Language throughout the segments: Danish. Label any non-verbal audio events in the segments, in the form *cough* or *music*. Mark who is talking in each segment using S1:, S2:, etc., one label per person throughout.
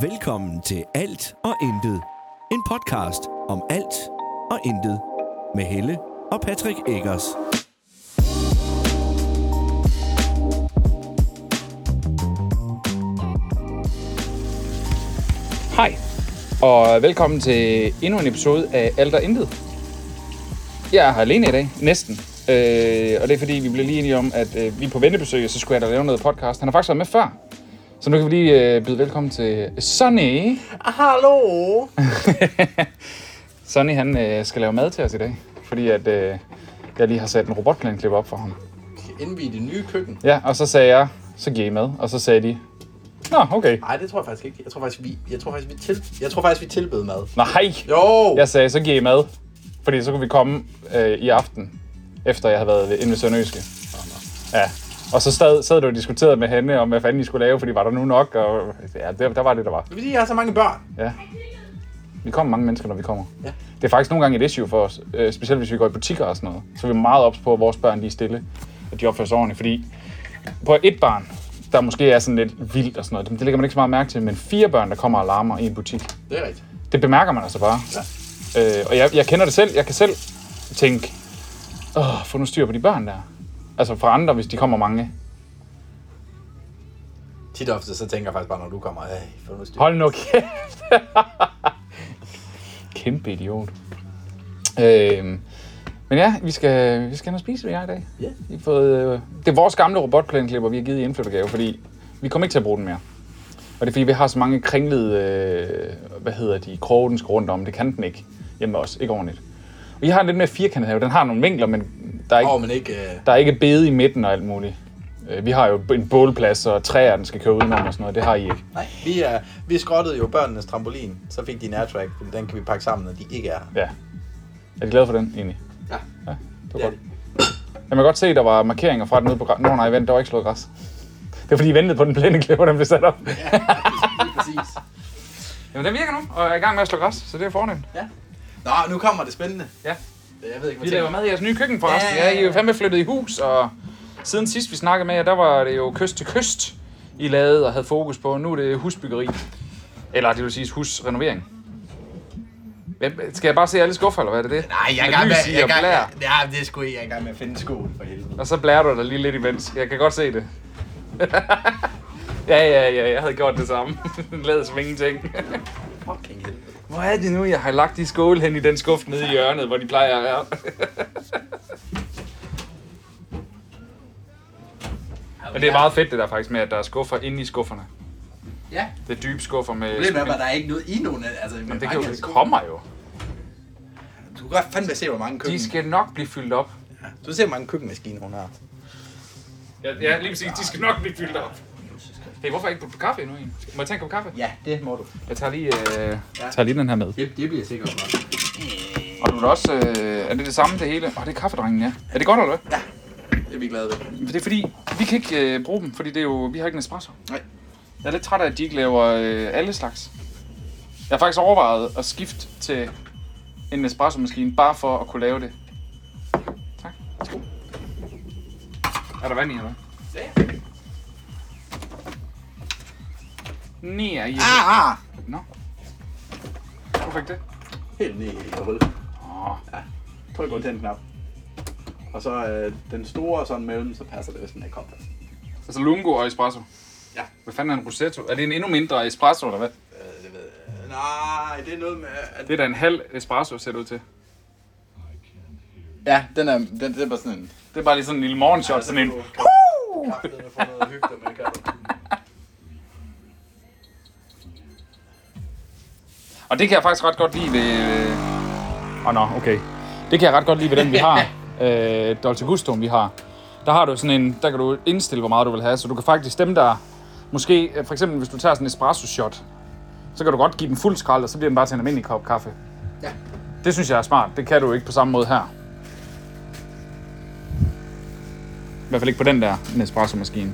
S1: Velkommen til Alt og Intet. En podcast om alt og intet. Med Helle og Patrick Eggers.
S2: Hej, og velkommen til endnu en episode af Alt og Intet. Jeg er her alene i dag, næsten. Øh, og det er fordi, vi blev lige enige om, at øh, vi er på vennebesøg, så skulle jeg da lave noget podcast. Han har faktisk været med før. Så nu kan vi lige øh, byde velkommen til Sonny.
S3: Hallo!
S2: Sonny, han øh, skal lave mad til os i dag. Fordi at, øh, jeg lige har sat en robotplanklip op for ham.
S3: Inde i det nye køkken.
S2: Ja, og så sagde jeg, så giver I med. Og så sagde de, Nå, okay.
S3: Nej, det tror jeg faktisk ikke. Jeg tror faktisk, vi, jeg tror faktisk, vi, til, jeg tror faktisk, vi tilbød mad.
S2: Nej,
S3: Jo!
S2: Jeg sagde, så giver I mad. Fordi så kunne vi komme øh, i aften, efter jeg havde været inde ved Sønderjyske. Ja. Og så sad, sad du og diskuterede med hende om, hvad fanden I skulle lave, fordi var der nu nok? Og, ja, der, der var det, der var.
S3: Det er fordi, jeg har så mange børn.
S2: Ja. Vi kommer mange mennesker, når vi kommer.
S3: Ja.
S2: Det er faktisk nogle gange et issue for os, øh, specielt hvis vi går i butikker og sådan noget. Så er vi meget ops på, at vores børn lige er stille, at de opfører sig ordentligt. Fordi på et barn, der måske er sådan lidt vildt og sådan noget, det lægger man ikke så meget mærke til, men fire børn, der kommer og larmer i en butik,
S3: Det er rigtigt.
S2: det bemærker man altså bare.
S3: Ja.
S2: Øh, og jeg, jeg kender det selv. Jeg kan selv tænke, åh, få nu styr på de børn der. Altså for andre, hvis de kommer mange.
S3: Tit ofte, så tænker jeg faktisk bare, når du kommer, hey, for nu styr.
S2: Hold nu kæft. *laughs* Kæmpe idiot. Øh, men ja, vi skal, vi skal ind og spise ved jer i dag.
S3: Ja.
S2: Vi har fået, øh, det er vores gamle robotplæneklipper, vi har givet i indflyttergave, fordi vi kommer ikke til at bruge den mere. Og det er fordi, vi har så mange kringlede, øh, hvad hedder de, kroge, den skal rundt om. Det kan den ikke hjemme også, ikke ordentligt. Og I har en lidt mere firkantet have. Den har nogle vinkler, men der er ikke,
S3: Åh, oh, men ikke... Øh,
S2: der er ikke bede i midten og alt muligt. Øh, Vi har jo en bålplads og træer, den skal køre udenom og sådan noget. Det har I ikke.
S3: nej, vi, er, vi skrottede jo børnenes trampolin, så fik de en airtrack, fordi den kan vi pakke sammen, når de ikke er her.
S2: Ja. Er du glad for den egentlig?
S3: Ja.
S2: Ja, det var
S3: Det er
S2: godt.
S3: det.
S2: Jeg kan godt se, at der var markeringer fra den ude på græs. Nå nej, vent, der var ikke slået græs. *laughs* Det er fordi, I ventede på at den blændeklipper, den blev sat op.
S3: Ja, lige præcis.
S2: Jamen, den virker nu, og er i gang med at slå græs, så det er fordelen.
S3: Ja. Nå, nu kommer det spændende.
S2: Ja.
S3: Jeg ved ikke,
S2: Vi
S3: hvad
S2: laver
S3: tænker.
S2: mad i jeres nye køkken forresten.
S3: Ja,
S2: Ja,
S3: ja, ja.
S2: I er jo fandme flyttet i hus, og siden sidst vi snakkede med jer, der var det jo kyst til kyst, I lavede og havde fokus på. Nu er det husbyggeri. Eller det vil sige husrenovering. Hvem, skal jeg bare se alle skuffer, eller hvad er det det?
S3: Nej, jeg er i
S2: Med
S3: gang med...
S2: lys i
S3: Jeg er
S2: og
S3: i gang
S2: blære.
S3: med... Ja, det er sgu ikke. Jeg er i gang med at finde skoen for helvede.
S2: Og så blærer du dig lige lidt imens. Jeg kan godt se det. *laughs* ja, ja, ja, jeg havde gjort det samme. *laughs* Lad som ingenting.
S3: Fucking helvede.
S2: Hvor er det nu, jeg har lagt de skåle hen i den skuffe nede i hjørnet, hvor de plejer at være? Men det er meget fedt det der faktisk med, at der er skuffer inde i skufferne.
S3: Ja,
S2: Det er dybe skuffer med...
S3: problemet er bare, at der er ikke noget i nogen af... Altså,
S2: Men det, kan jo, det kommer jo.
S3: Du kan godt fandme se, hvor mange køkken...
S2: De skal nok blive fyldt op.
S3: Du ser, hvor mange køkkenmaskiner hun har.
S2: Ja, ja lige præcis. De skal nok blive fyldt op. Hey, hvorfor ikke på kaffe endnu en? Må jeg tage en kop kaffe?
S3: Ja, det må du.
S2: Jeg tager lige, øh, tager lige den her med.
S3: Det, det bliver sikkert godt.
S2: Og du er da også... Øh, er det det samme det hele? Åh, det er kaffedrengen, ja. Er det godt eller hvad?
S3: Det er vi glade ved.
S2: Det er fordi, vi kan ikke øh, bruge dem, fordi det er jo, vi har ikke en espresso.
S3: Nej.
S2: Jeg er lidt træt af, at de ikke laver øh, alle slags. Jeg har faktisk overvejet at skifte til en espresso-maskine, bare for at kunne lave det. Tak. Værsgo. Er der vand i, eller hvad? Nær i.
S3: Ah, ah.
S2: Nå. Hvorfor ikke det?
S3: Helt ned i hul. Ah.
S2: Åh,
S3: Tryk på den knap. Og så øh, den store og sådan mellem, så passer det, hvis den er kogt.
S2: altså lungo og espresso.
S3: Ja.
S2: Hvad fanden er en rosetto? Er det en endnu mindre espresso, eller hvad?
S3: Øh, det ved jeg. Nej, det er noget med... At...
S2: Det er da en halv espresso, ser det ud til.
S3: Ja, den er, den, det er bare sådan en...
S2: Det er bare lige sådan en lille morgenshot, sådan en...
S3: Kaffe, den har fået noget hygter med, kan du?
S2: Og det kan jeg faktisk ret godt lide ved... Åh oh, nå, okay. Det kan jeg ret godt lide ved den, vi har.
S3: *laughs*
S2: øh, Dolce Gusto'en, vi har. Der har du sådan en... Der kan du indstille, hvor meget du vil have. Så du kan faktisk dem, der... Måske, øh, for eksempel hvis du tager sådan en espresso shot, så kan du godt give den fuld skrald, og så bliver den bare til en almindelig kop kaffe.
S3: Ja.
S2: Det synes jeg er smart. Det kan du ikke på samme måde her. I hvert fald ikke på den der Nespresso-maskine.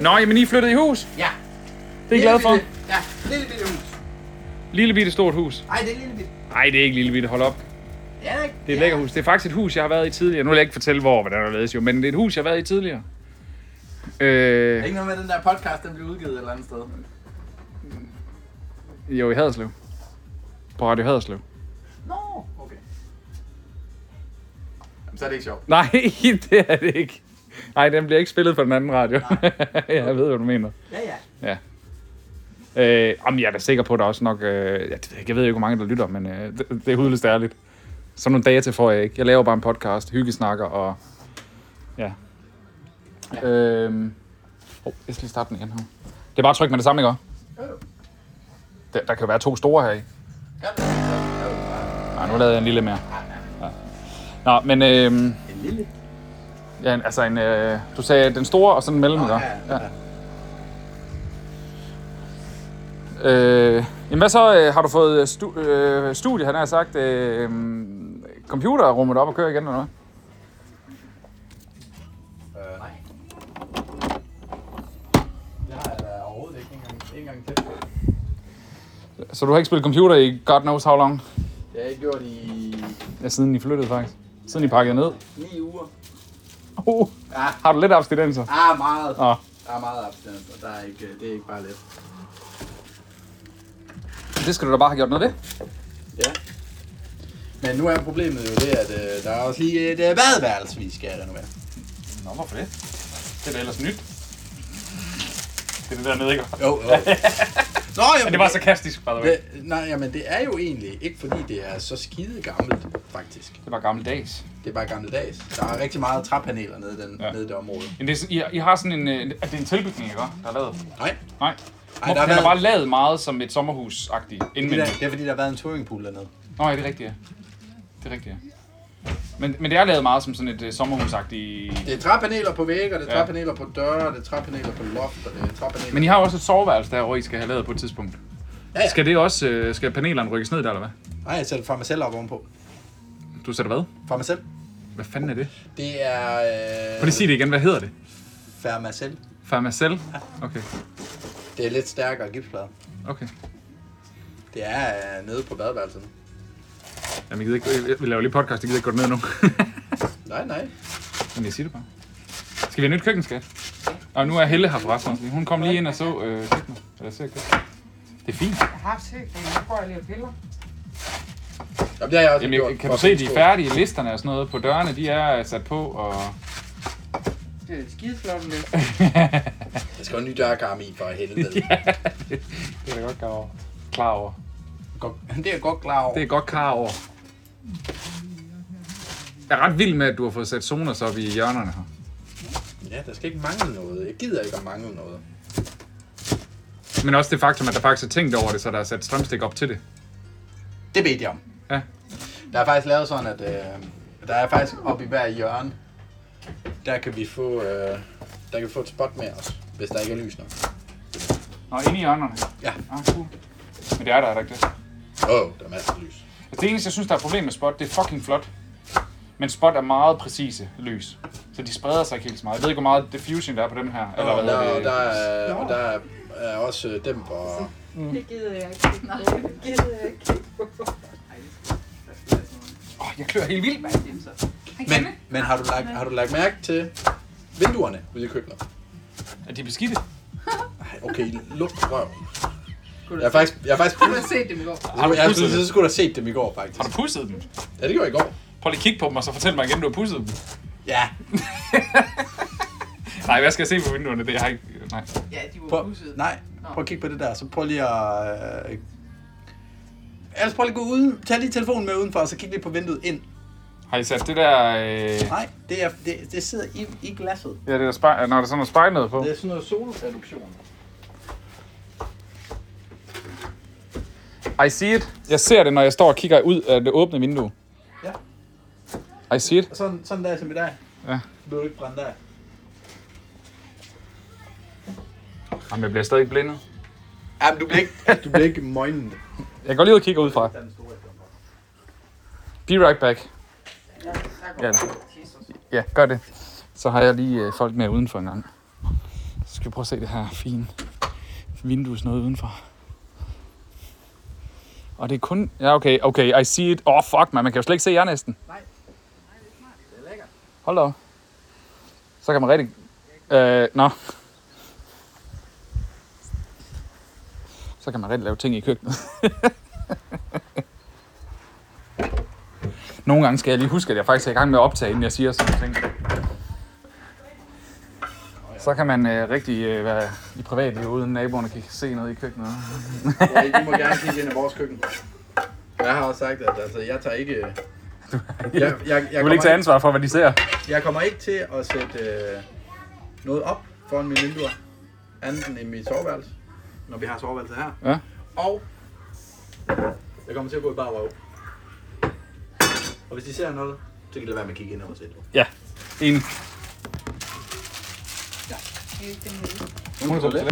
S2: Nå, jamen I er flyttet i hus.
S3: Ja.
S2: Det er jeg glad for.
S3: Ja, lille bitte hus.
S2: Lille bitte stort hus.
S3: Ej, det er lille bitte.
S2: Nej, det er ikke lille bitte. Hold op.
S3: Ja, det er
S2: Det er et lækkert hus. Det er faktisk et hus, jeg har været i tidligere. Nu vil jeg ikke fortælle, hvor, hvordan der ledes jo, men det er et hus, jeg har været i tidligere. Øh,
S3: er ikke noget med, at den der podcast, den bliver udgivet et eller andet sted.
S2: jo, i Haderslev. På Radio Haderslev. *laughs*
S3: Nå, okay. Jamen, så er det ikke sjovt.
S2: Nej, det er det ikke. Nej, den bliver ikke spillet på den anden radio. *laughs* jeg ved, hvad du mener.
S3: Ja, ja.
S2: Ja. Øh, jamen, jeg er da sikker på, at der også nok... Øh, jeg, det ved jeg ikke, jeg ved jo ikke, hvor mange der lytter, men øh, det, det er hudløst ærligt. Sådan nogle data får jeg ikke. Jeg laver bare en podcast, hyggesnakker og... Ja. ja. Øhm, oh, jeg skal lige starte den igen her. Det er bare at trykke med det samme, ikke også? Der, der kan jo være to store her i.
S3: Ja, men det er sjovt. Ja, det er bare
S2: Nej, nu lavede jeg en lille mere. Ja. Nå, men øhm,
S3: En lille.
S2: ja, en- altså en, øh, du sagde den store og sådan en mellem,
S3: Nå,
S2: ikke? også?
S3: ja, ja.
S2: Øh, jamen hvad så? øh, Har du fået stu- øh, studie, han har sagt, øh, øhm, computerrummet op og køre igen, eller hvad?
S3: Øh, nej. Det har jeg da overhovedet ikke engang, ikke engang tæt på.
S2: Så du har ikke spillet computer i God knows how long?
S3: Det har jeg gjort i
S2: Ja, siden I flyttede faktisk. Siden I pakkede ned.
S3: 9 uger.
S2: Oh,
S3: Ja,
S2: har du lidt abstinenser?
S3: ah, meget.
S2: Nå,
S3: Der er meget abstinens, og der er ikke, det er ikke bare let.
S2: det skal du da bare have gjort noget ved.
S3: Ja. Men nu er problemet jo det, at øh, der er også lige et øh, badeværelse, vi skal renovere.
S2: Nå, hvorfor det? Det er da ellers nyt. Det er det der nede, ikke?
S3: Jo, *laughs* jo. Nå, jamen,
S2: sarkastisk, by the
S3: det, nej, jamen, det er jo egentlig ikke, fordi det er så skide gammelt, faktisk.
S2: Det var gammeldags.
S3: Det er bare gammeldags. Der er rigtig meget træpaneler nede, i den,
S2: Ja.
S3: ja. nede i det område.
S2: Men det er, sådan- I, har- I har sådan en... øh, Er det en tilbygning, ikke? også, Der er lavet?
S3: Nej,
S2: Nej.
S3: Ej, der
S2: den
S3: er
S2: er
S3: været-
S2: bare lavet meget som et sommerhus-agtigt
S3: det er,
S2: indvendigt.
S3: det er fordi, der har været en touringpool dernede.
S2: Nå, ja, det er rigtigt, ja. Det er rigtigt, ja. Men, men det er lavet meget som sådan et uh, sommerhusagtigt...
S3: Det er træpaneler på vægge, og det er
S2: Ja.
S3: træpaneler på døre, og det er træpaneler på loft, og det er træpaneler...
S2: Men I har jo også et soveværelse derovre, I skal have lavet på et tidspunkt.
S3: Ja, ja.
S2: Skal det også... øh, skal panelerne rykkes ned der, eller hvad?
S3: Nej, jeg sætter farmacell op ovenpå.
S2: Du sætter hvad?
S3: Farmacell?
S2: Hvad fanden er det?
S3: Det er...
S2: Prøv
S3: Øh,
S2: lige at sige det igen. Hvad hedder det?
S3: Farmacell.
S2: Farmacel? Okay.
S3: Det er lidt stærkere gipsplader.
S2: Okay.
S3: Det er øh, nede på badeværelset.
S2: Jamen, jeg gider ikke... øh, Vi laver lige podcast, jeg gider ikke gå ned nu. *laughs*
S3: Nej, nej.
S2: men jeg siger det bare. Skal vi have nyt køkken, skat? Og nu er Helle her forresten. også lige. Hun kom lige ind og så øh, køkkenet. Eller ser køkkenet. Det er fint.
S4: Jeg har haft set, men nu går jeg lige og piller.
S3: Jamen, det har jeg også
S2: Jamen, jeg,
S3: gjort
S2: kan
S3: for
S2: du se,
S3: at
S2: de er
S3: undgå-
S2: færdige listerne og sådan noget på dørene, de er sat på, og...
S4: Det er skideflot med.
S3: Jeg skal have en ny dørkarm i for *laughs* helvede.
S2: Det er jeg godt klar over. Klar over.
S3: Godt- Det er jeg godt klar over.
S2: Det er jeg godt klar over. Jeg er ret vild med, at du har fået sat zoner så op i hjørnerne her.
S3: Ja, der skal ikke mangle noget. Jeg gider ikke at mangle noget.
S2: Men også det faktum, at der faktisk er tænkt over det, så der er sat strømstik op til det.
S3: Det bedte jeg om.
S2: Ja.
S3: Der er faktisk lavet sådan, at øh, der er faktisk oppe i hver hjørne, der kan vi få, øh, der kan vi få et spot med os, hvis der ikke er lys nok.
S2: Nå, inde i hjørnerne.
S3: Ja.
S2: Ah, cool. Men det er der, er der ikke det?
S3: Åh, oh, der er masser af lys.
S2: Altså, det eneste, jeg synes, der er et problem med spot, det er fucking flot. Men spot er meget præcise lys. Så de spreder sig ikke helt så meget. Jeg ved ikke, hvor meget diffusion der er på dem her. Eller
S3: Og
S2: hvad
S3: der,
S2: hedder
S3: og
S2: det?
S3: der, er, og der er, er også øh, dem og...
S4: Det gider jeg ikke. Nej, det gider jeg ikke.
S2: Åh, jeg klør helt vildt, mand.
S3: Men, men har, du lagt, har du lagt mærke til vinduerne ude i køkkenet?
S2: Er de beskidte?
S3: Ej, okay, luk røven. Jeg har faktisk, jeg har faktisk,
S4: Du har set dem i går.
S2: Har du
S3: jeg har
S2: pudset dem?
S3: så skulle have set dem i går, faktisk.
S2: Har du pusset dem?
S3: Ja, det gjorde jeg i går.
S2: Prøv lige at kigge på dem, og så fortæl mig igen, du har pusset dem.
S3: Ja,
S2: Nej, hvad skal jeg se på vinduerne? Det har jeg ikke... Nej.
S4: Ja, de var
S3: Prøv,
S4: pusset.
S3: nej, prøv at kigge på det der, så prøv lige at... Øh, ellers prøv lige at gå ud, tag lige telefonen med udenfor, og så kig lige på vinduet ind.
S2: Har I sat det der... Øh...
S3: Nej, det, er, det, det sidder i, i glasset.
S2: Ja, det der spejl... Når der er sådan noget spejl nede på.
S3: er sådan noget solreduktion.
S2: I see it. Jeg ser det, når jeg står og kigger ud af det åbne vindue.
S3: Ja.
S2: I see it.
S3: Og sådan, sådan der som i dag.
S2: Ja.
S3: Bliver du ikke brændt af.
S2: Jamen, jeg bliver stadig blindet.
S3: Ja, men du bliver ikke, du bliver ikke møgnet.
S2: Jeg går lige ud og kigger ud fra. Be right back. Ja, ja gør det. Så har jeg lige øh, folk med udenfor en gang. Så skal vi prøve at se det her fine vindues noget udenfor. Og det er kun... Ja, okay, okay, I see it. Åh, oh, fuck, man. Man kan jo slet ikke se jer næsten. Nej. Nej, det er smart. Det er lækkert. Hold da op. Så kan man rigtig... Øh, nå. Så kan man rent lave ting i køkkenet. Nogle gange skal jeg lige huske, at jeg faktisk er i gang med at optage, inden jeg siger sådan nogle ting. Så kan man øh, rigtig øh, være i privatlivet, uden naboerne kan se noget i køkkenet.
S3: Ja, I må gerne kigge ind i vores køkken. Jeg har også sagt, at altså, jeg tager ikke... Jeg, jeg, jeg,
S2: Jeg vil
S3: kommer
S2: ikke tage ansvar for, hvad de ser.
S3: jeg kommer ikke til at sætte øh, noget op foran mine vinduer, andet end i mit soveværelse, når vi har soveværelset her.
S2: Ja.
S3: Og jeg kommer til at gå i bare røv. Og hvis de ser noget, så kan det være med at kigge ind over sit.
S2: Ja, enig. Hun er på toilet. Nå.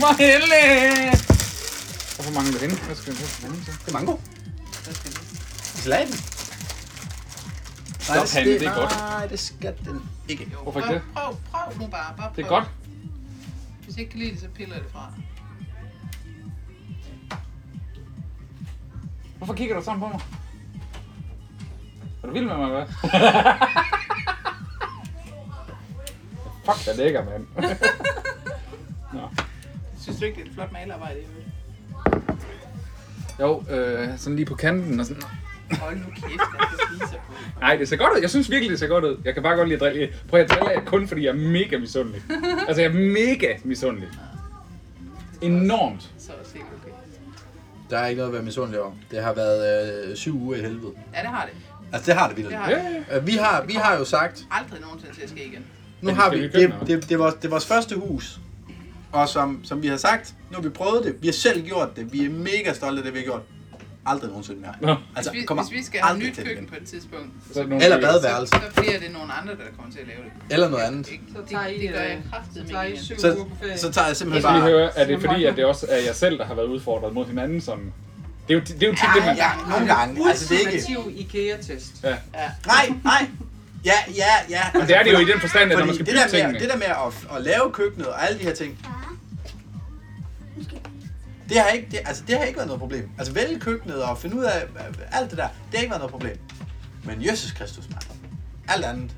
S2: For helvede! Hvorfor mangler den? Hvad skal vi bruge den anden til?
S3: Det er mango. Salaten.
S2: Stop, Hanne, det er godt.
S3: Nej, det skal den ikke.
S2: Hvorfor ikke det?
S5: Prøv, prøv nu bare. bare prøv.
S2: Det er godt.
S5: Hvis jeg ikke kan lide det, så piller jeg det fra.
S2: Hvorfor kigger du sådan på mig? Er du vild med mig, eller hvad? *laughs* Fuck, der lækker, mand.
S5: Synes du ikke, det er et flot malerarbejde? i øvrigt?
S2: Jo, øh, sådan lige på kanten og sådan.
S5: Hold nu kæft, at du spiser på. det.
S2: Nej, det ser godt ud. Jeg synes virkelig, det ser godt ud. Jeg kan bare godt lide at drille. Prøv at drille af, kun fordi jeg er mega *laughs* misundelig. Altså, jeg er mega misundelig. Enormt.
S5: Så er det helt okay.
S3: Der er ikke noget at være misundelig om. Det har været øh, syv uger i helvede.
S5: Ja, det har det.
S3: Altså, det har det vildt.
S5: Det
S3: Det
S5: har
S2: Ja, ja.
S3: Vi har, vi har jo sagt,
S5: aldrig nogensinde til at ske igen.
S3: nu
S2: Men
S3: har
S2: skal
S3: vi,
S2: vi købe
S3: det,
S2: den, eller
S3: det, det, er vores, det er vores første hus, og som, som vi har sagt, nu har vi prøvet det, vi har selv gjort det, vi er mega stolte af det, vi har gjort. Aldrig nogensinde mere.
S2: Nå.
S3: Altså,
S5: Hvis vi,
S3: kommer
S5: hvis vi skal have
S3: aldrig
S5: nyt
S3: til det
S5: køkken
S3: igen.
S5: på et tidspunkt,
S2: Så er der nogle
S3: Eller
S2: stykker.
S3: badeværelse,
S5: så bliver det nogle andre, der kommer til at lave det.
S3: eller noget andet.
S5: Ikke?
S6: Så
S5: Det,
S6: tager I,
S5: det gør jeg
S6: øh,
S5: kraftigt
S6: Så
S5: med
S6: tager I
S5: igen.
S6: syv
S3: Så,
S6: uger på ferie.
S3: så tager jeg
S2: Jeg
S3: simpelthen
S2: skal lige
S3: bare...
S2: høre, er det fordi, at det også er jeg selv, der har været udfordret mod hinanden? Sådan? Det er jo, det er jo tit det, man...
S3: Ja, nogle gange. Altså, det er ikke...
S6: Ultimativ IKEA-test.
S3: Nej, nej. Ja, ja, ja.
S2: Men det er det jo i den forstand, at når man
S3: Fordi
S2: skal
S3: det
S2: bygge
S3: der
S2: tingene.
S3: med, det der med at, at lave køkkenet og alle de her ting, det har, ikke, det, altså, det har ikke været noget problem. Altså vælge køkkenet og finde ud af øh, alt det der, det har ikke været noget problem. Men Jesus Kristus, mand. Alt andet.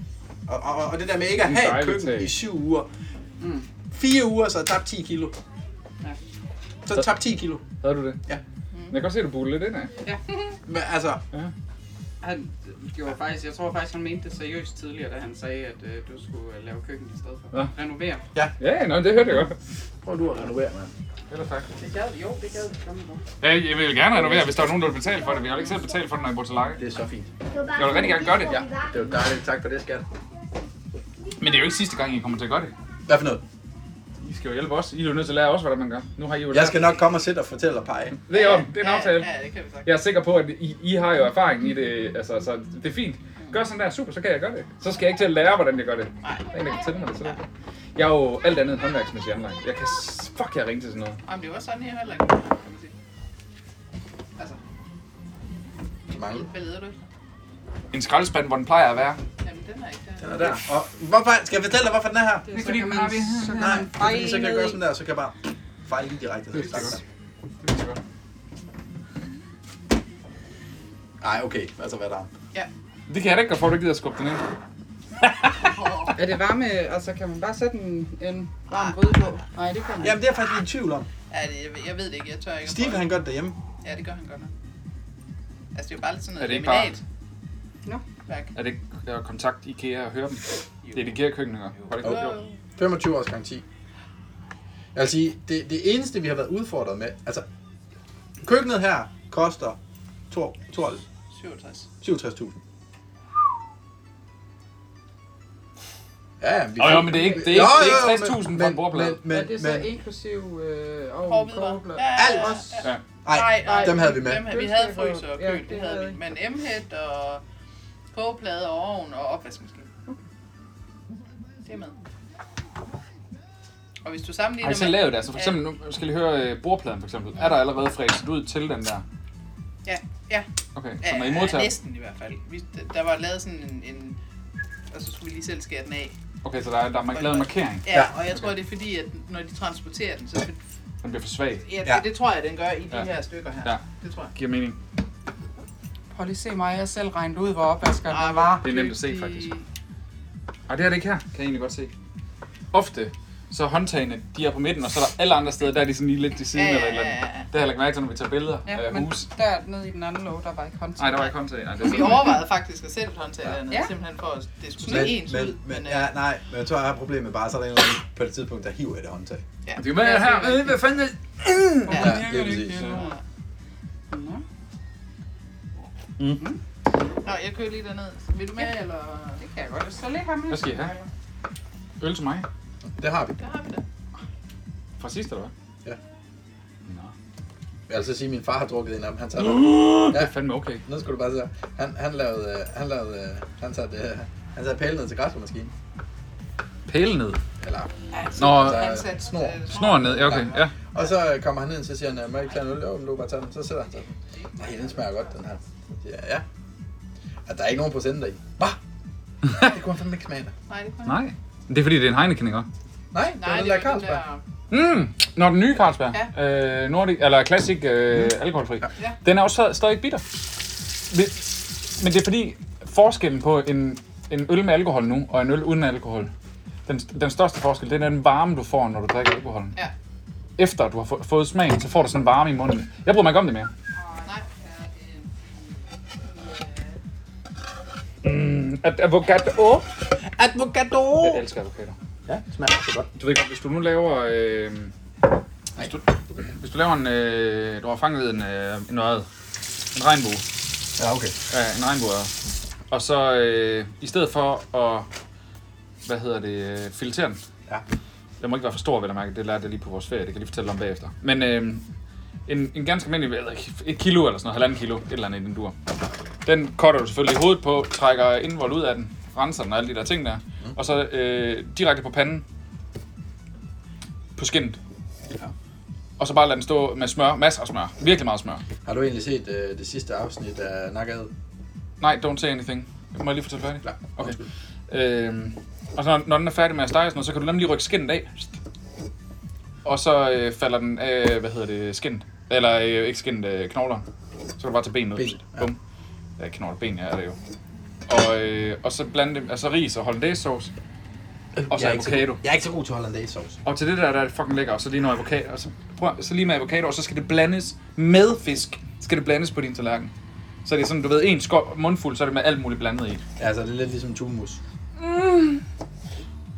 S3: Og, og, og det der med ikke at
S2: En
S3: have et
S2: dejlig
S3: køkken
S2: tag.
S3: i syv uger.
S4: Mm.
S3: Fire uger, så tabt 10 kilo.
S5: Ja.
S3: Så tabt 10 kilo.
S2: Havde du det?
S3: Ja.
S2: Men jeg kan godt se, at du buller lidt ind af.
S3: Men altså,
S5: Han gjorde faktisk, jeg tror faktisk, han mente det seriøst tidligere, da han sagde, at øh, du skulle øh, lave køkken i stedet for.
S2: Ja.
S5: Renovere.
S2: Ja, nå, det hørte jeg godt.
S3: prøv du at renovere, mand.
S2: Ellers tak.
S5: Det gad vi, jo, det gad vi. Kom nu.
S2: Ja, jeg vil gerne renovere, hvis der er nogen, der vil betale for det. Vi har ikke selv betalt for det, når jeg bor til leje.
S3: Det er så fint.
S2: Jeg vil rigtig gerne gøre det. Ja.
S3: Det var dejligt. Tak for det, skat.
S2: Men det er jo ikke sidste gang, I kommer til at gøre det.
S3: Hvad for noget?
S2: I skal jo hjælpe os. I er jo nødt til at lære os, hvordan man gør. Nu har I jo
S3: Jeg skal nok komme og sætte og fortælle og pege.
S2: Det er, jo- det er en aftale.
S5: Ja, ja, det kan vi sagt.
S2: Jeg er sikker på, at I, I har jo erfaring i det, altså, så det er fint. Gør sådan der, super, så kan jeg gøre det. Så skal jeg ikke til at lære, hvordan jeg gør det. Nej. Der er en, der kan tænde mig det sådan. Jeg er jo alt andet end håndværksmæssigt anlagt. Jeg kan... s- Fuck, jeg ringer til sådan noget.
S5: Jamen, det var sådan, jeg heller ikke kan man sige. Altså,
S3: Mange.
S5: hvad leder du ikke?
S2: En skraldespand, hvor den plejer at være.
S5: Jamen, den er ikke der.
S3: Den er der. Og hvorfor, skal jeg fortælle dig, hvorfor den er her?
S6: Det er
S2: fordi,
S6: så kan
S2: den har
S6: man,
S2: vi her.
S6: så kan
S3: Nej,
S6: man
S3: det er fordi, så kan jeg
S6: fejle
S3: gøre
S6: ned
S3: sådan der, så kan jeg bare fejle lige direkte. ned. Tak.
S2: Det er godt.
S3: Ej, okay. Altså, hvad der er.
S2: Det kan jeg da ikke gøre for, at du ikke gider at skubbe den ind.
S6: i. Er det varme, altså kan man bare sætte en, en varm gryde på? Nej, det kan man
S3: Jamen, det er jeg faktisk lidt i tvivl om.
S5: Ja, det, jeg, ved- jeg ved det ikke, jeg tør ikke. at
S3: Steve,
S5: prøve.
S3: han gør det derhjemme.
S5: Ja, det gør han godt nok. Altså, det er jo bare lidt sådan
S2: Er
S5: noget
S2: det ikke bare-
S5: laminat.
S6: Nå.
S5: Værk.
S2: Er det ikke at kontakte IKEA og høre dem? Det er et IKEA-køkken, der gør. Var det ikke
S3: Jo.
S2: godt?
S3: 25 års garanti. Jeg vil sige, det, det eneste, vi har været udfordret med, altså, køkkenet her koster 12,
S5: 67.
S3: 67.000. Ja, ja, vi
S2: Nå, jo, men det er ikke- det er ikke- det er ikke 60.000 for en
S3: men-
S2: bordplade.
S3: Men,
S6: Men,
S3: men,
S6: er det så
S3: men,
S6: inklusiv øh,
S5: Hård
S6: ovn,
S5: hvidvarer.
S6: kogler?
S5: Ja,
S3: Alt
S5: ja,
S6: også.
S5: ja.
S2: Ja.
S3: nej,
S6: nej,
S3: dem havde vi med.
S5: Dem havde, vi
S6: Dem
S5: havde
S6: skal jeg
S5: fryser
S6: få.
S5: og
S6: Ja,
S5: køl,
S6: det
S5: det
S6: havde
S5: havde vi.
S6: vi.
S5: Men emhæt og kogeplade og ovn og opvaskemaskine. Det er med. Og hvis du sammenligner
S2: Har I selv lavet det? Altså for eksempel, nu skal I høre øh, bordpladen for eksempel. Er der allerede fræset ud til den der?
S5: Ja, ja.
S2: Okay, så
S5: ja,
S2: når I
S5: ja,
S2: modtager...
S5: Øh, næsten i hvert fald. Vi, der var lavet sådan en, en... Og så skulle vi lige selv skære den af.
S2: Okay, så der er, der er lavet en markering.
S5: Ja,
S3: Ja.
S5: ja. og jeg tror, det er fordi, at når de transporterer den, så...
S2: Den bliver for svag.
S5: Ja,
S3: Ja.
S5: ja. Det, det tror jeg, den gør i de
S2: Ja.
S5: ja. her stykker her.
S2: Ja.
S5: Ja. Det tror jeg.
S2: Giver mening.
S6: Prøv lige se mig, jeg selv regnet ud, hvor opvaskeren
S5: Ah,
S6: ah, var.
S2: Det er nemt at se, faktisk. Ej, det er det ikke her, kan jeg egentlig godt se. Ofte, så håndtagene, de er på midten, og så er der alle andre steder, der er de sådan lige lidt til siden
S6: Ja,
S2: ja,
S6: ja,
S2: eller et eller andet.
S6: ja, ja.
S2: Det har jeg lagt mærke til, når vi tager billeder ja,
S5: Ja,
S2: af
S5: men
S2: hus.
S6: Der nede i den anden låge, der var ikke håndtag.
S2: Nej, der var ikke håndtag. Nej, det er
S5: Vi
S2: sådan-
S5: overvejede faktisk at sætte et håndtag dernede,
S6: Ja.
S5: simpelthen for at det skulle se
S3: Men,
S5: ens ud.
S3: men, men, ja, nej, men jeg tror, jeg har problemet bare, så er der en eller anden på det tidspunkt, der hiver i det håndtag.
S5: ja.
S2: Det er jo med her. Øh, hvad fanden er
S5: Ja,
S3: det er præcis.
S5: øh, Nå, jeg kører lige derned. Vil du med, eller?
S6: Det kan jeg godt. Så lige ham.
S2: Hvad skal I have? Øl til mig?
S3: Det har vi.
S5: Der har vi det.
S2: Fra sidst, eller hvad?
S3: Ja.
S2: Nå.
S3: Jeg vil altså sige, at min far har drukket en af dem. Han tager
S2: Det er fandme okay.
S3: Nu skal du bare se. Han, han lavede, øh, han lavede, øh, han satte, øh, han satte pælen ned til græsmaskinen.
S2: Pæle ned.
S3: Eller,
S2: Nå,
S5: Ansat
S3: snor.
S5: øh,
S2: snor ned. Ja, okay. Ja.
S3: og så øh, kommer han ned, så siger han, øh, må jeg ikke tage en øl? Jo, men du kan bare tage den. Så sætter han sig. Nej, den smager godt, den her. Så siger jeg, ja. Og der er ikke nogen procenter i. Hva? Det kunne han fandme ikke smage af.
S5: Nej, det kunne jeg
S2: Nej. Men Det er fordi, det er en Heineken, ikke? også?
S3: Nej,
S5: ikke.
S3: det var
S5: Nej,
S3: den
S5: det
S3: der
S5: er den
S3: Carlsberg.
S5: der...
S2: Mm. Når den nye Carlsberg, ja. øh, Nordic, eller Classic øh, alkoholfri,
S5: Ja.
S2: den er jo så, stadig bitter. Men, men det er fordi forskellen på en, en øl med alkohol nu og en øl uden alkohol, den, den største forskel, det er den varme, du får, når du drikker alkoholen.
S5: Ja.
S2: Efter du har få, fået smagen, så får du sådan en varme i munden. Jeg bryder mig ikke om det mere.
S5: Nej.
S2: At avocado.
S3: Advocado!
S2: Jeg elsker avocadoer.
S3: Ja, det smager så godt.
S2: Du ved godt, hvis du nu laver... Øh, hvis, du, hvis du laver en... Øh, du har fanget en, øh, en øjet. En regnbue.
S3: Ja, okay.
S2: Ja, en regnbueøje. Og så øh, i stedet for at... Hvad hedder det? øh, Filtrere den.
S3: Ja.
S2: Den må ikke være for stor, vel at mærke. Det lærte jeg lige på vores ferie. Det kan jeg lige fortælle om bagefter. Men øh, en, en ganske almindelig... Jeg ved ikke, et kilo eller sådan noget. Halvanden kilo. Et eller andet i den dur. Den cutter du selvfølgelig i hovedet på. Trækker indvold ud af den. Renser den og alle de der ting der. Og så øh, direkte på panden. På skindet.
S3: Ja.
S2: Og så bare lade den stå med smør. Masser af smør. Virkelig meget smør.
S3: Har du egentlig set øh, det sidste afsnit af Nakad?
S2: Nej, don't say anything. Må jeg lige fortælle færdigt?
S3: Ja,
S2: Okay.
S3: undskyld.
S2: Øhm, og så når, når den er færdig med at stege og sådan noget, så kan du nemlig lige rykke skindet af. Og så øh, falder den af, hvad hedder det, skindet. Eller øh, ikke skindet, øh, knogleren. Så kan du bare tage benet ud.
S3: Benet, ja.
S2: Bum. Ja, knogler, ben ja, er det jo. Og, øh, og så blande det, altså ris og hollandaise sauce. Og så
S3: Øh, Jeg er ikke så god-
S2: avocado.
S3: Jeg er ikke så god til hollandaise sauce.
S2: Og til det der, der er det fucking lækker, og så lige noget avocado, og så, prøv, så lige med avocado, og så skal det blandes med fisk, skal det blandes på din tallerken. Så det er sådan, du ved, en skov, mundfuld, så er det med alt muligt blandet i.
S3: Ja, altså det er lidt ligesom tunmus.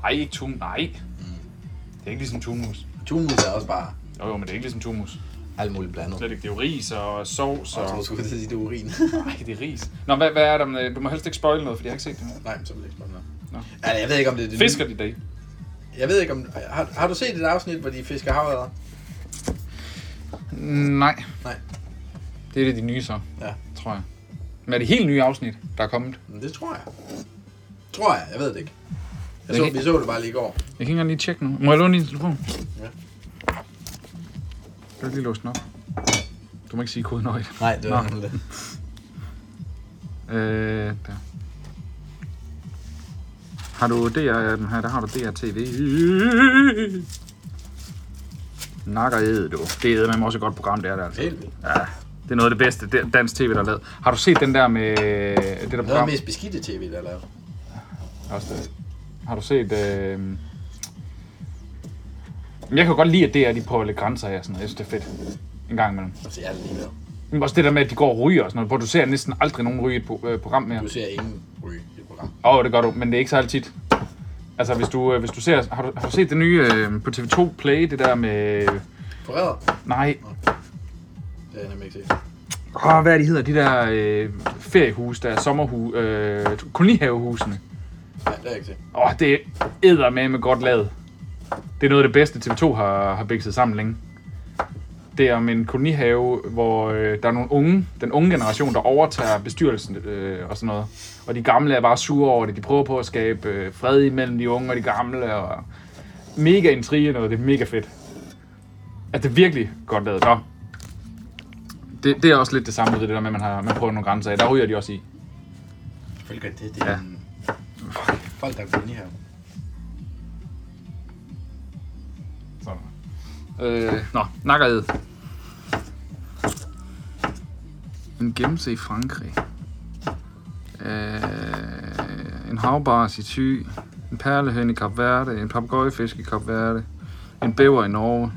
S2: Ej, ikke tum, nej. Det er ikke ligesom tunmus.
S3: Tunmus er også bare
S2: Jo, jo, men det er ikke ligesom tunmus.
S3: alt muligt blandet.
S2: Slet ikke, det er jo ris og sovs
S3: Jeg tror, du
S2: og...
S3: skulle til at sige, det er urin. *laughs*
S2: Nej, det er ris. Nå, hvad, hvad er der med... Du må helst ikke spoil noget, fordi jeg har ikke set det her.
S3: Nej, men så vil jeg ikke spørge noget.
S2: Nå.
S3: Altså, jeg ved ikke, om det er det
S2: Fisker de dag?
S3: nye. Jeg ved ikke, om... Har, har du set et afsnit, hvor de fisker havredder?
S2: Nej.
S3: Nej.
S2: Det er det, de nye så.
S3: Ja.
S2: Tror jeg. Men er det helt nye afsnit, der er kommet?
S3: Men det tror jeg. Tror jeg, jeg ved det ikke. Jeg
S2: Det
S3: så,
S2: kan-
S3: vi så det bare lige i går.
S2: Jeg kan ikke engang lige tjekke nu. Må jeg låne din telefon?
S3: Ja.
S2: Kan du ikke lige låse den op? Du må ikke sige koden højt.
S3: Nej, det
S2: var
S3: det.
S2: Øh, der. Har du DR-appen her? Der har du DR-TV. Nakker æde, du. Det er med også et godt program, det er der altså.
S3: Helt vildt.
S2: Ja, det er noget af det bedste det- dansk tv, der er lavet. Har du set den der med det der
S3: Det var
S2: program?
S3: det mest beskidte tv, der er lavet.
S2: Også det. Har du set... Øh... men Jeg kan godt lide, at det er, de prøver lidt grænser af og sådan noget. Jeg synes, det er fedt. En gang imellem.
S3: Altså, jeg er det lige med.
S2: Men også det der med, at de går og ryger og sådan noget, hvor du ser næsten aldrig nogen ryge i et pro- øh, program mere.
S3: Du ser ingen ryge i program.
S2: Åh, oh, det gør du, men det er ikke særlig tit. Altså, hvis du, øh, hvis du ser... Har du, har du set det nye øh, på TV2 Play, det der med...
S3: Forræder?
S2: Nej.
S3: Det har jeg nemlig ikke set.
S2: Åh, oh, hvad er de hedder? De der øh, feriehus, der er sommerhus... Øh, kolonihavehusene.
S3: Nej, det har jeg ikke set.
S2: Åh, oh, det er eddermame godt lavet. Det er noget af det bedste, TV2 har, har bikset sammen længe. Det er om en kolonihave, hvor øh, der er nogle unge, den unge generation, der overtager bestyrelsen øh, og sådan noget. Og de gamle er bare sure over det. De prøver på at skabe øh, fred imellem de unge og de gamle. Og mega intrigen, og det er mega fedt. At det er virkelig godt lavet. Nå. Det, det er også lidt det samme ved det der med, at man, har, man prøver nogle grænser af. Der ryger de også i.
S3: Selvfølgelig gør det. Det er
S2: Ja.
S3: en- folk, der er koloni her.
S2: Sådan. Øh, nå, nakkerhed. En gemmelse i Frankrig. Øh, en havbars i Thy, en perlehøn i Kap Verde, en papegøjefisk i Kap Verde, en bæver i Norge,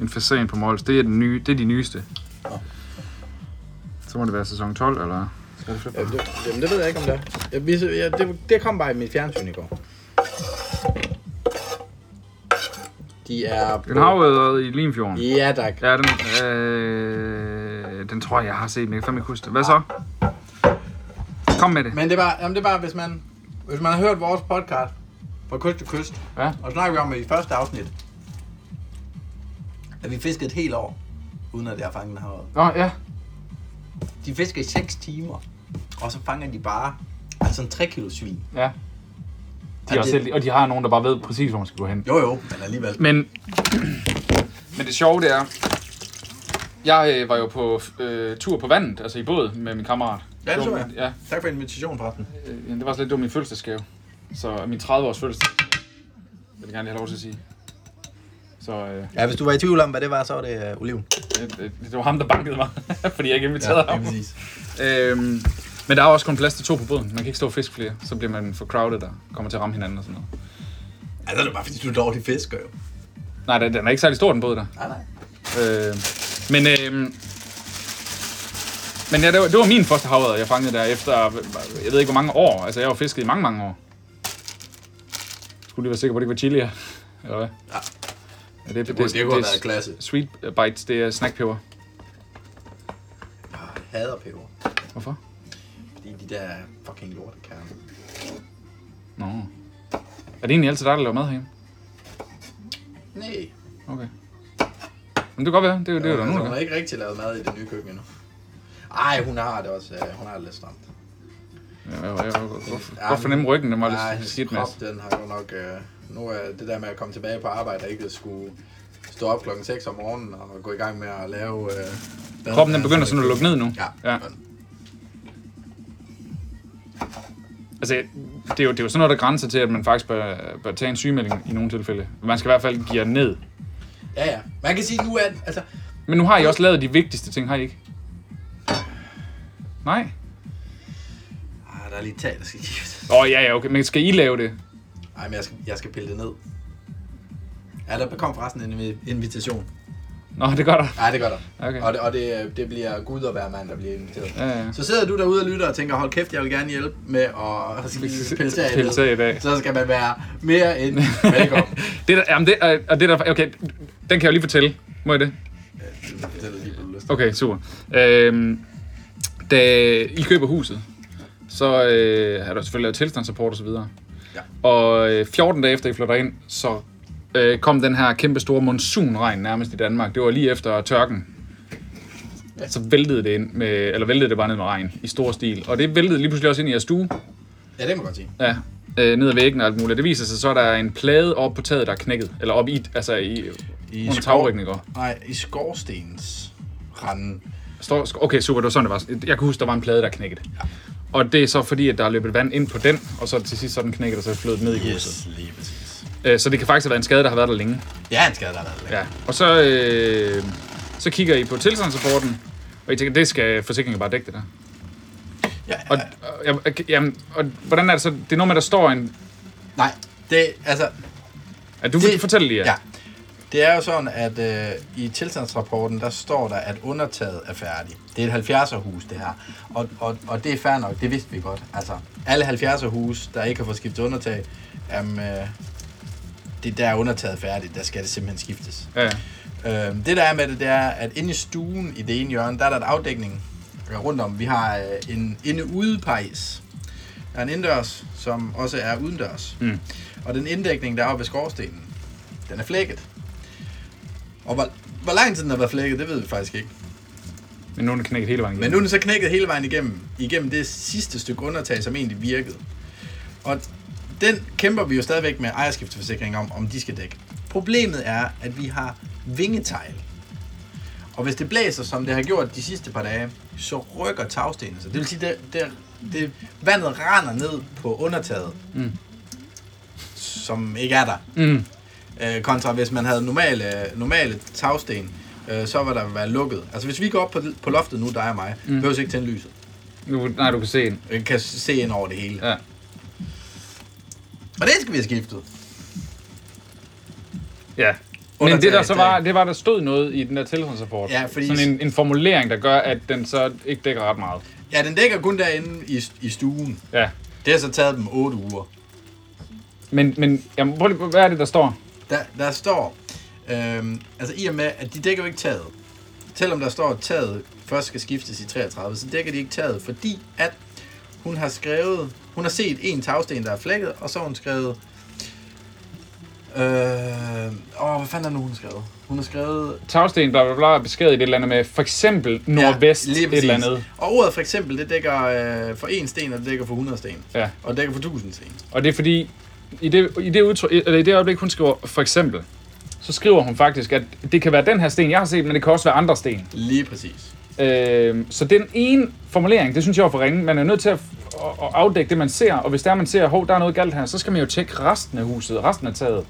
S2: en fasan på Mols. Det er, den nye, det er de nyeste. Så må det være sæson 12, eller? Skal det flippe?
S3: Jamen, det, jamen, det ved jeg ikke, om det er. Jeg, vidste, jeg, det, det kom bare i mit fjernsyn i går. De er...
S2: En havødre i Limfjorden.
S3: Ja, tak.
S2: Ja, den, øh, den tror jeg, jeg har set, men jeg kan fandme ikke huske det. Hvad så? Kom med det.
S3: Men det er bare, jamen, det er bare hvis, man, hvis man har hørt vores podcast fra kyst til kyst,
S2: Ja.
S3: og så snakker vi om at i første afsnit, at vi fiskede et helt år, uden at jeg har fanget en havørred.
S2: Nå, ja.
S3: De fisker i 6 timer, og så fanger de bare altså en 3 kilo svin.
S2: ja. De
S3: Ja,
S2: har
S3: det-
S2: selv, og de har nogen, der bare ved præcis, hvor man skal gå hen.
S3: Jo jo, men alligevel.
S2: Men, men det sjove, det er, jeg øh, var jo på øh, tur på vandet, altså i båd med min kammerat.
S3: Ja, det så jeg.
S2: Ja,
S3: Tak for invitationen, forresten.
S2: øh, det var slet lidt dumt min fødselsdagsgave. Så øh, min 30-års fødselsdag. Det vil jeg gerne lige have lov til at sige. Så øh,
S3: Ja, hvis du var i tvivl om, hvad det var, så var det øh, oliven.
S2: det, det, det var ham, der bankede mig, *laughs* fordi jeg ikke inviterede ham.
S3: præcis.
S2: Øhm, men der er også kun plads til to på båden. Man kan ikke stå og fiske flere. Så bliver man for crowded og kommer til at ramme hinanden og sådan noget.
S3: Altså, det er bare fordi, du er dårlig fisker, jo.
S2: Nej, den, den er ikke særlig stor, den båd der.
S3: Nej, nej.
S2: Øhm, men øhm, men ja, det, var, det var min første havørred, jeg fangede der efter, jeg ved ikke hvor mange år. Altså, jeg har jo fisket i mange, mange år. Skulle lige være sikker på, at det ikke var chili her. Eller hvad? Ja. det, det,
S3: kunne- det kunne have været klasse.
S2: Sweet bites, det er snackpeber.
S3: Jeg hader peber,
S2: Hvorfor?
S3: fordi de der fucking lortekerner.
S2: Nå. Er det egentlig altid dig, der laver mad herhjemme?
S3: Nej,
S2: Okay. Men det kan godt være. Det er jo det, er jo der er nogen,
S3: altså, hun
S2: der
S3: har
S2: gør.
S3: ikke rigtig lavet mad i det nye køkken endnu. Ej, hun har det også. øh, Hun har det lidt stramt.
S2: Jeg, jeg, jeg, jeg, jeg,
S3: Ja,
S2: jeg, jeg fornemme ryggen, den var
S3: Ej,
S2: lidt
S3: hendes
S2: skidt med.
S3: krop, den har godt nok... Øh, nu er det der med at komme tilbage på arbejde og ikke skulle stå op klokken 6 om morgenen og gå i gang med at lave... Øh,
S2: Kroppen den begynder sådan at lukke ned nu.
S3: Ja. ja.
S2: Altså, det er, jo, det er jo sådan noget, der grænser til, at man faktisk bør, bør tage en sygemelding i nogle tilfælde. Man skal i hvert fald give jer ned.
S3: Ja, ja. Man kan sige, nu er... Altså,
S2: Men nu har I også lavet de vigtigste ting, har I ikke? Nej?
S3: ah, der er lige tag, der skal gives.
S2: Åh, oh, ja, ja, okay. Men skal I lave det?
S3: Ej, men jeg skal, jeg skal pille det ned. Ja, der kom forresten en invi- invitation.
S2: Nå, det gør der.
S3: Nej, det gør der.
S2: Okay.
S3: Og, det, og det, det bliver Gud og hver mand, der bliver inviteret.
S2: Ja, ja.
S3: Så sidder du derude og lytter og tænker, hold kæft, jeg vil gerne hjælpe med
S2: *laughs*
S3: at sige pille sag i
S2: Pille sag i
S3: dag."
S2: dag.
S3: Så skal man være mere
S2: *laughs*
S3: end velkommen.
S2: Det der, jamen det, er- og det der, okay, den kan jeg jo lige fortælle. Må jeg det?
S3: det er lige, hvad du har lyst til.
S2: Okay, super. Øhm, da I køber huset, så øh, har der selvfølgelig lavet tilstandsrapport og så videre. Ja. Og øh, 14 dage efter I flytter ind, så øh, kom den her kæmpe store monsunregn nærmest i Danmark. Det var lige efter tørken. Så væltede det, ind med, eller væltede det bare ned med regn i stor stil. Og det væltede lige pludselig også ind i jeres stue.
S3: Ja, det kan man godt sige.
S2: Ja, øh, ned ad væggen og alt muligt. Det viser sig så, at der er en plade oppe på taget, der er knækket. Eller op i, altså i, I under
S3: skov-
S2: tagryggen i går.
S3: Nej, i skorstens randen.
S2: Står, okay, super, det var sådan, det var. Jeg kan huske, der var en plade, der knækkede. Og det er så fordi, at der er løbet vand ind på den, og så til sidst så er den knækket, og så er det flødet ned i huset.
S3: Yes, lige præcis.
S2: Øh, Så det kan faktisk have været en skade, der har været der længe.
S3: Ja, han skal da have været lækker.
S2: Ja. Og så, øh, så kigger I på tilstandsrapporten, og I tænker, det skal forsikringen bare dække det der.
S3: Ja.
S2: Og, og, jeg- jeg- jamen, og hvordan er det så? Det er noget med, der står en...
S3: Nej, det, altså,
S2: At du
S3: Det-
S2: det, fortæller lige,
S3: ja. ja. Det er jo sådan, at øh, i tilstandsrapporten, der står der, at undertaget er færdigt. Det er et 70'er hus, det her. Og, og, og det er fair nok, det vidste vi godt. Altså, alle 70'er hus, der ikke har fået skiftet undertag, jamen, øh, det der er undertaget færdigt, der skal det simpelthen skiftes.
S2: ja.
S3: Øh, det der er med det, det er, at inde i stuen i det ene hjørne, der er der et afdækning rundt om. Vi har øh, en inde-ude pejs. Der er en indendørs, som også er udendørs.
S2: Mm.
S3: Og den inddækning, der er oppe ved skorstenen, den er flækket. Og hvor, hvor lang tid den har været flækket, det ved vi faktisk ikke.
S2: Men nu er den knækket hele vejen
S3: Men
S2: igennem.
S3: nu er den så knækket hele vejen igennem, igennem det sidste stykke undertag, som egentlig virkede. Og den kæmper vi jo stadigvæk med ejerskifteforsikring om, om de skal dække. Problemet er, at vi har vingetegl. Og hvis det blæser, som det har gjort de sidste par dage, så rykker tagstenen sig. Det vil sige, det, det, det, vandet render ned på undertaget, mm. som ikke er der.
S2: Mm.
S3: Øh, kontra hvis man havde normale, normale tagsten, øh, så var der være lukket. Altså hvis vi går op på, på loftet nu, dig og mig, mm. behøver ikke tænde lyset.
S2: Nu, nej, du kan se en.
S3: Vi kan se ind over det hele.
S2: Ja.
S3: Og det skal vi have skiftet.
S2: Ja. Men det der så var, det var, der stod noget i den der tilsynsrapport.
S3: Ja, fordi-
S2: Sådan en, en formulering, der gør, at den så ikke dækker ret meget.
S3: Ja, den dækker kun derinde i, i stuen.
S2: Ja.
S3: Det har så taget dem 8 uger.
S2: Men, men jamen, prøv lige, hvad er det, der står?
S3: Der, der står, øhm, altså i og med, at de dækker jo ikke taget. Selvom der står, at taget først skal skiftes i 33, så dækker de ikke taget, fordi at hun har skrevet, hun har set en tagsten, der er flækket, og så har hun skrevet, øh, åh, hvad fanden er det nu, hun har skrevet? Hun har skrevet
S2: Tagsten, bla bla bla, er beskrevet i et eller andet med, for eksempel nordvest,
S3: lige
S2: et eller
S3: præcis.
S2: andet.
S3: Og ordet for eksempel, det dækker øh, for en sten, og det dækker for 100 sten.
S2: Ja.
S3: Og det dækker for 1000 sten.
S2: Og det er fordi, i det, i det, udtryk, eller i det øjeblik, hun skriver for eksempel, så skriver hun faktisk, at det kan være den her sten, jeg har set, men det kan også være andre sten.
S3: Lige præcis.
S2: Øh, så den ene formulering, det synes jeg var for ringe. Man er nødt til at, at, at afdække det, man ser, og hvis der man ser, hov, der er noget galt her, så skal man jo tjekke resten af huset, resten af taget,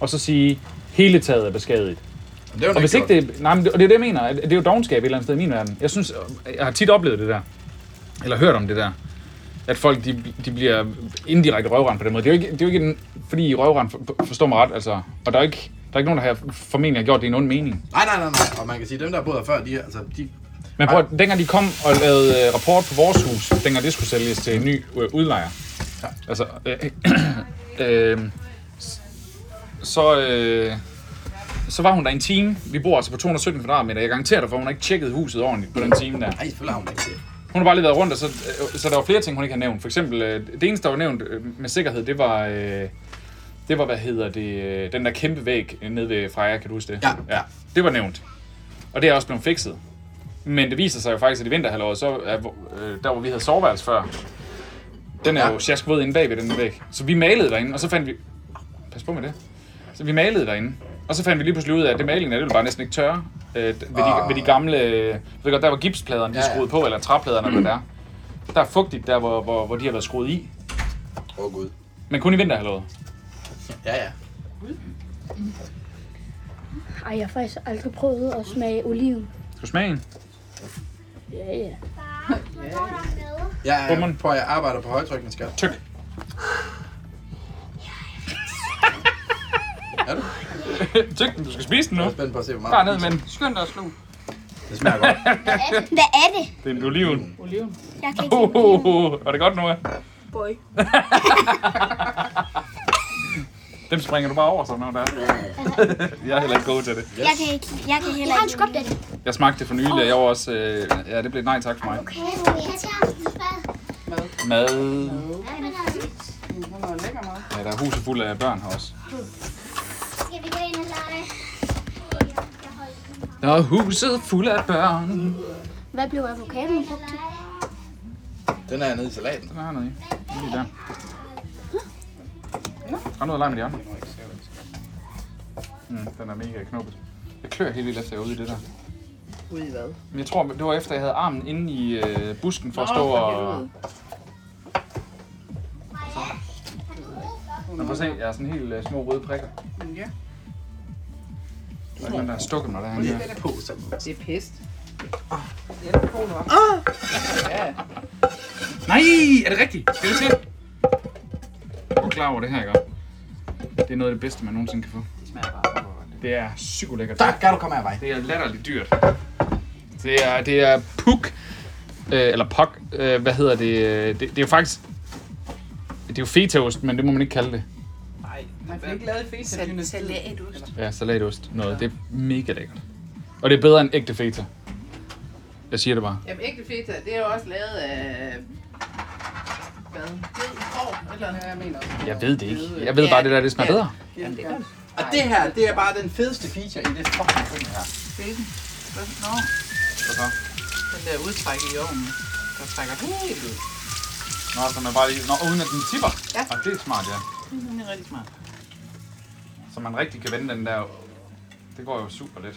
S2: og så sige, hele taget er beskadiget.
S3: Og det var
S2: Og hvis ikke det, nej, men det, og det er det, jeg mener. at Det er jo dogenskab et eller andet sted i min verden. Jeg synes, jeg har tit oplevet det der. Eller hørt om det der. At folk, de, de bliver indirekte røvrende på den måde. Det er jo ikke, det er jo ikke en, fordi røvrende, for, forstår mig ret, altså. Og der er ikke, der er ikke nogen, der har formentlig har gjort det i nogen mening.
S3: Nej, nej, nej, nej. Og man kan sige, at dem, der har boet her før, de, altså, de
S2: Men prøv, at- dengang de kom og lavede øh, rapport på vores hus, dengang det skulle sælges til en ny øh, udlejer, ja. altså, øh, *clears throat* øh, s- så, øh, så var hun der en time. Vi bor altså på 217 kvadratmeter. Jeg garanterer dig for, at hun har ikke tjekket huset ordentligt på den time der.
S3: Ej, selvfølgelig har hun ikke det.
S2: Hun har bare lige været rundt, og så, øh, så der var flere ting, hun ikke har nævnt. For eksempel, øh, det eneste, der var nævnt øh, med sikkerhed, det var, øh, det var hvad hedder det, øh, den der kæmpe væg nede ved Freja, kan du huske det?
S3: Ja.
S2: ja. Det var nævnt. Og det er også blevet fikset. Men det viser sig jo faktisk, at i vinterhalvåret, så er, hvor- øh, der hvor vi havde soveværelse før, den er
S3: Ja.
S2: jo sjaskvåd inde bagved den væg. Så vi malede derinde, og så fandt vi... Au, Pas på med det. Så vi malede derinde. Og så fandt vi lige pludselig ud af, at det maling, der, det ville bare næsten ikke tørre. Øh, ved, de, ved de gamle... øh, Du ved godt, der var gipspladerne, de
S3: Ja, ja.
S2: skruede på, eller træpladerne, eller hvad der er. Der er fugtigt der, hvor, hvor, hvor de har været skruet i.
S3: Åh, oh, Gud.
S2: Men kun i vinterhalvåret.
S3: Ja, ja.
S7: Ej, jeg har faktisk aldrig prøvet at smage oliven.
S2: Skal du smage en?
S7: Ja, ja.
S3: Jeg,
S2: Bummen.
S3: jeg, prøv, jeg arbejder på højtryk, min skat.
S2: Tyk.
S3: Er du?
S2: Tyk den, du skal spise den nu.
S3: Jeg er spændt på at se, hvor meget.
S2: Bare ned med den.
S5: Skynd dig at sluge.
S3: Det smager
S2: *laughs*
S3: godt.
S7: Hvad er det?
S2: Det er en oliven.
S8: Oliven.
S7: Jeg kan ikke
S2: Oh, oh, oh. Var det godt, Noah?
S7: Boy.
S2: *laughs* Dem springer du bare over, sådan noget der. Jeg er heller ikke god til det.
S7: Jeg kan ikke. Jeg kan heller ikke. Jeg har en skrub den.
S2: Jeg smagte det for nylig, og jeg var også... Øh, ja, det blev et nej tak for mig.
S7: Okay, skal vi have til aftensmad?
S2: Mad...
S5: Den var lækker meget.
S2: Ja, der er huset fuld af børn her også.
S7: Skal vi gå ind og lege?
S2: Der er huset fuld af børn.
S7: Hvad blev avocadoen brugt til?
S3: Den er nede i salaten.
S2: Den er hernede i. Lige der. Kom nu ud og leg med de andre. Mm, den er mega knuppet. Jeg klør helt vildt efter, jeg er ude i det der.
S6: Ude i hvad?
S2: Men jeg tror, det var efter, jeg havde armen inde i øh, busken for at stå
S6: for
S2: og...
S6: helvede.
S2: Så. Man får se, jeg er sådan helt øh, små røde prikker.
S5: Ja.
S2: Der er øh- den, der har stukket mig derhen. Der.
S3: På, så
S6: Det er pest.
S2: Nej, er det rigtigt? Skal det til? Jeg er klar over det her, ikke? Det er noget af det bedste, man nogensinde kan få. Det smager bare. Det er psykolækkert.
S3: der kan du komme af vej.
S2: Det er latterligt dyrt. Det er, det er puk, øh, eller pok, øh, hvad hedder det? øh, det? Det er jo faktisk, det er jo fetaost, men det må man ikke kalde det.
S5: Man fik ikke lavet feta dynasti.
S8: Salatost.
S2: Ja, salatost, noget. Det er mega lækkert. Og det er bedre end ægte feta. Jeg siger det bare.
S8: Jamen ægte feta, det er jo også lavet af... Hvad? Hvid hår, eller
S5: Ja, jeg mener også.
S2: Jeg ved det ikke. Jeg ved bare, det der, det smager bedre.
S8: Jamen, det er godt.
S4: Og det her, det er bare den fedeste feature i det fucking film her.
S8: Hvilken? Hvad? Nå. Den der udtræk i ovnen, der trækker helt ud.
S2: Nå, så man bare lige... Nå, uden at den tipper.
S8: Ja.
S2: Og det er smart, ja.
S8: Den er rigtig smart.
S2: Så man rigtig kan vende den der... Det går jo super let.
S3: Ej,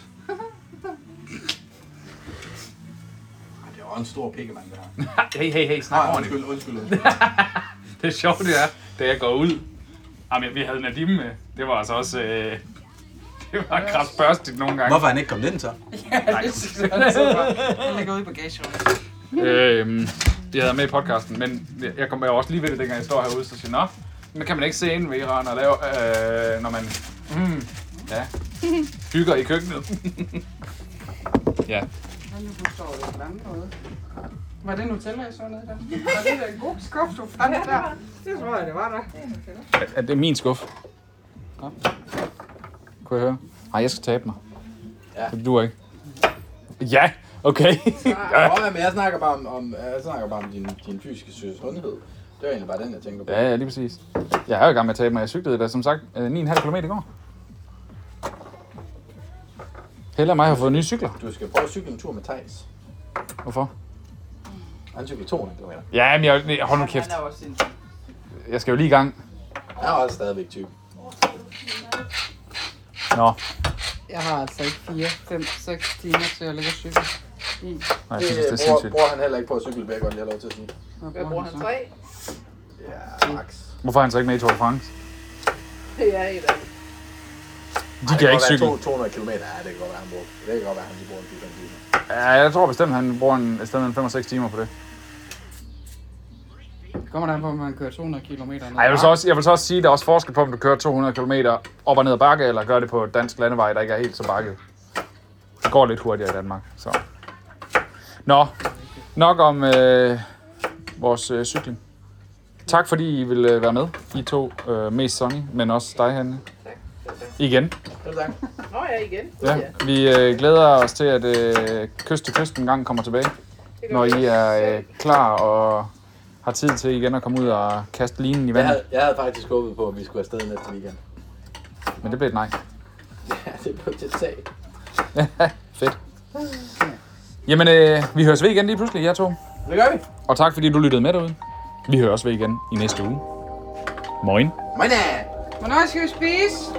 S3: Det er jo en stor pikkemand, det her.
S2: Hey, hey, hey, snak
S3: Nej,
S2: ordentligt.
S3: undskyld, undskyld, undskyld.
S2: Det er sjovt, det er, da jeg går ud. Jamen, vi havde Nadim med. Det var altså også... Øh, *laughs* det var kraftbørstigt nogle gange.
S3: Hvorfor er han ikke kommet ind så?
S5: Den ligger ude i bagagerummet.
S2: øhm, jeg havde med i podcasten, men jeg kommer også lige ved det, dengang jeg står herude, så siger jeg, Nå, Men kan man ikke se ind ved Iran og lave, øh, når man mm, ja, hygger i køkkenet? *laughs* ja.
S6: Hold nu forstår du et eller andet noget. Var det Nutella, jeg så nede der? Var det da en god skuff, du fandt der? Det tror jeg, det var der.
S2: Er- Er det min skuff? Ja. Kunne jeg høre? Nej, jeg skal tabe mig. Ja. Det duer ikke. Ja, okay. *laughs* ja.
S3: Nå, ja, men jeg snakker bare om, om, jeg snakker bare om din, din fysiske sundhed. Det var egentlig bare den, jeg tænker på.
S2: Ja, ja, lige præcis. Jeg er jo i gang med at tabe mig. Jeg cyklede da som sagt øh, 9,5 km i går. Heller mig har fået nye cykler.
S3: Du skal prøve at cykle en tur med Thijs.
S2: Hvorfor?
S3: Han cykler 200 km.
S2: Ja, men jeg, hold nu kæft.
S8: Han er også en...
S2: Jeg skal jo lige i gang.
S3: Han er også stadigvæk type.
S2: Nå,
S6: Jeg har altså ikke 4, 5, 6 timer til at ligge og cykle.
S2: nej, jeg
S3: Det,
S2: synes, det er
S3: bruger,
S2: sindssygt.
S3: bruger Øh, han heller ikke på at cykle, vil jeg godt lige have lov til at sige.
S8: Hvad bruger han? Tre?
S3: Ja, max.
S2: Hvorfor er han så ikke med i Tour de France?
S8: Det er et af dem.
S2: De kan ikke cykle.
S3: cykle. 200 km, ja, det kan godt være, han bruger. Det kan godt være, han lige bruger en 4-5 timer.
S2: Ja, jeg tror bestemt, han bruger en, et sted mellem 5 og 6 timer på det.
S6: Det kommer der an på, om man kører 200 km.
S2: Ej, jeg vil, så også, jeg vil så også sige, at der er også forskel på, om du kører 200 km op og ned ad bakke, eller gør det på dansk landevej, der ikke er helt så bakket. Det går lidt hurtigere i Danmark, så... Nå, nok om øh, vores øh, cykling. Tak fordi I ville øh, være med, I to. Øh, mest Sonny, men også dig, Hanne. Igen.
S3: Selv tak.
S8: Nå ja, igen.
S2: Ja. Vi øh, glæder os til, at øh, Kyst til Kyst en gang kommer tilbage,
S8: Det gør
S2: når
S8: vi.
S2: I er øh, klar og har tid til igen at komme ud og kaste linen i
S3: Jeg
S2: vandet.
S3: havde, jeg havde faktisk håbet på, at vi skulle afsted næste weekend.
S2: Men det blev et nej.
S3: Ja, det er på til sag.
S2: Fedt. Jamen, øh, vi høres ved igen lige pludselig, jer to.
S3: Det gør vi.
S2: Og tak, fordi du lyttede med derude. Vi høres ved igen i næste uge. Moin.
S3: Moin!
S6: Hvornår skal vi spise?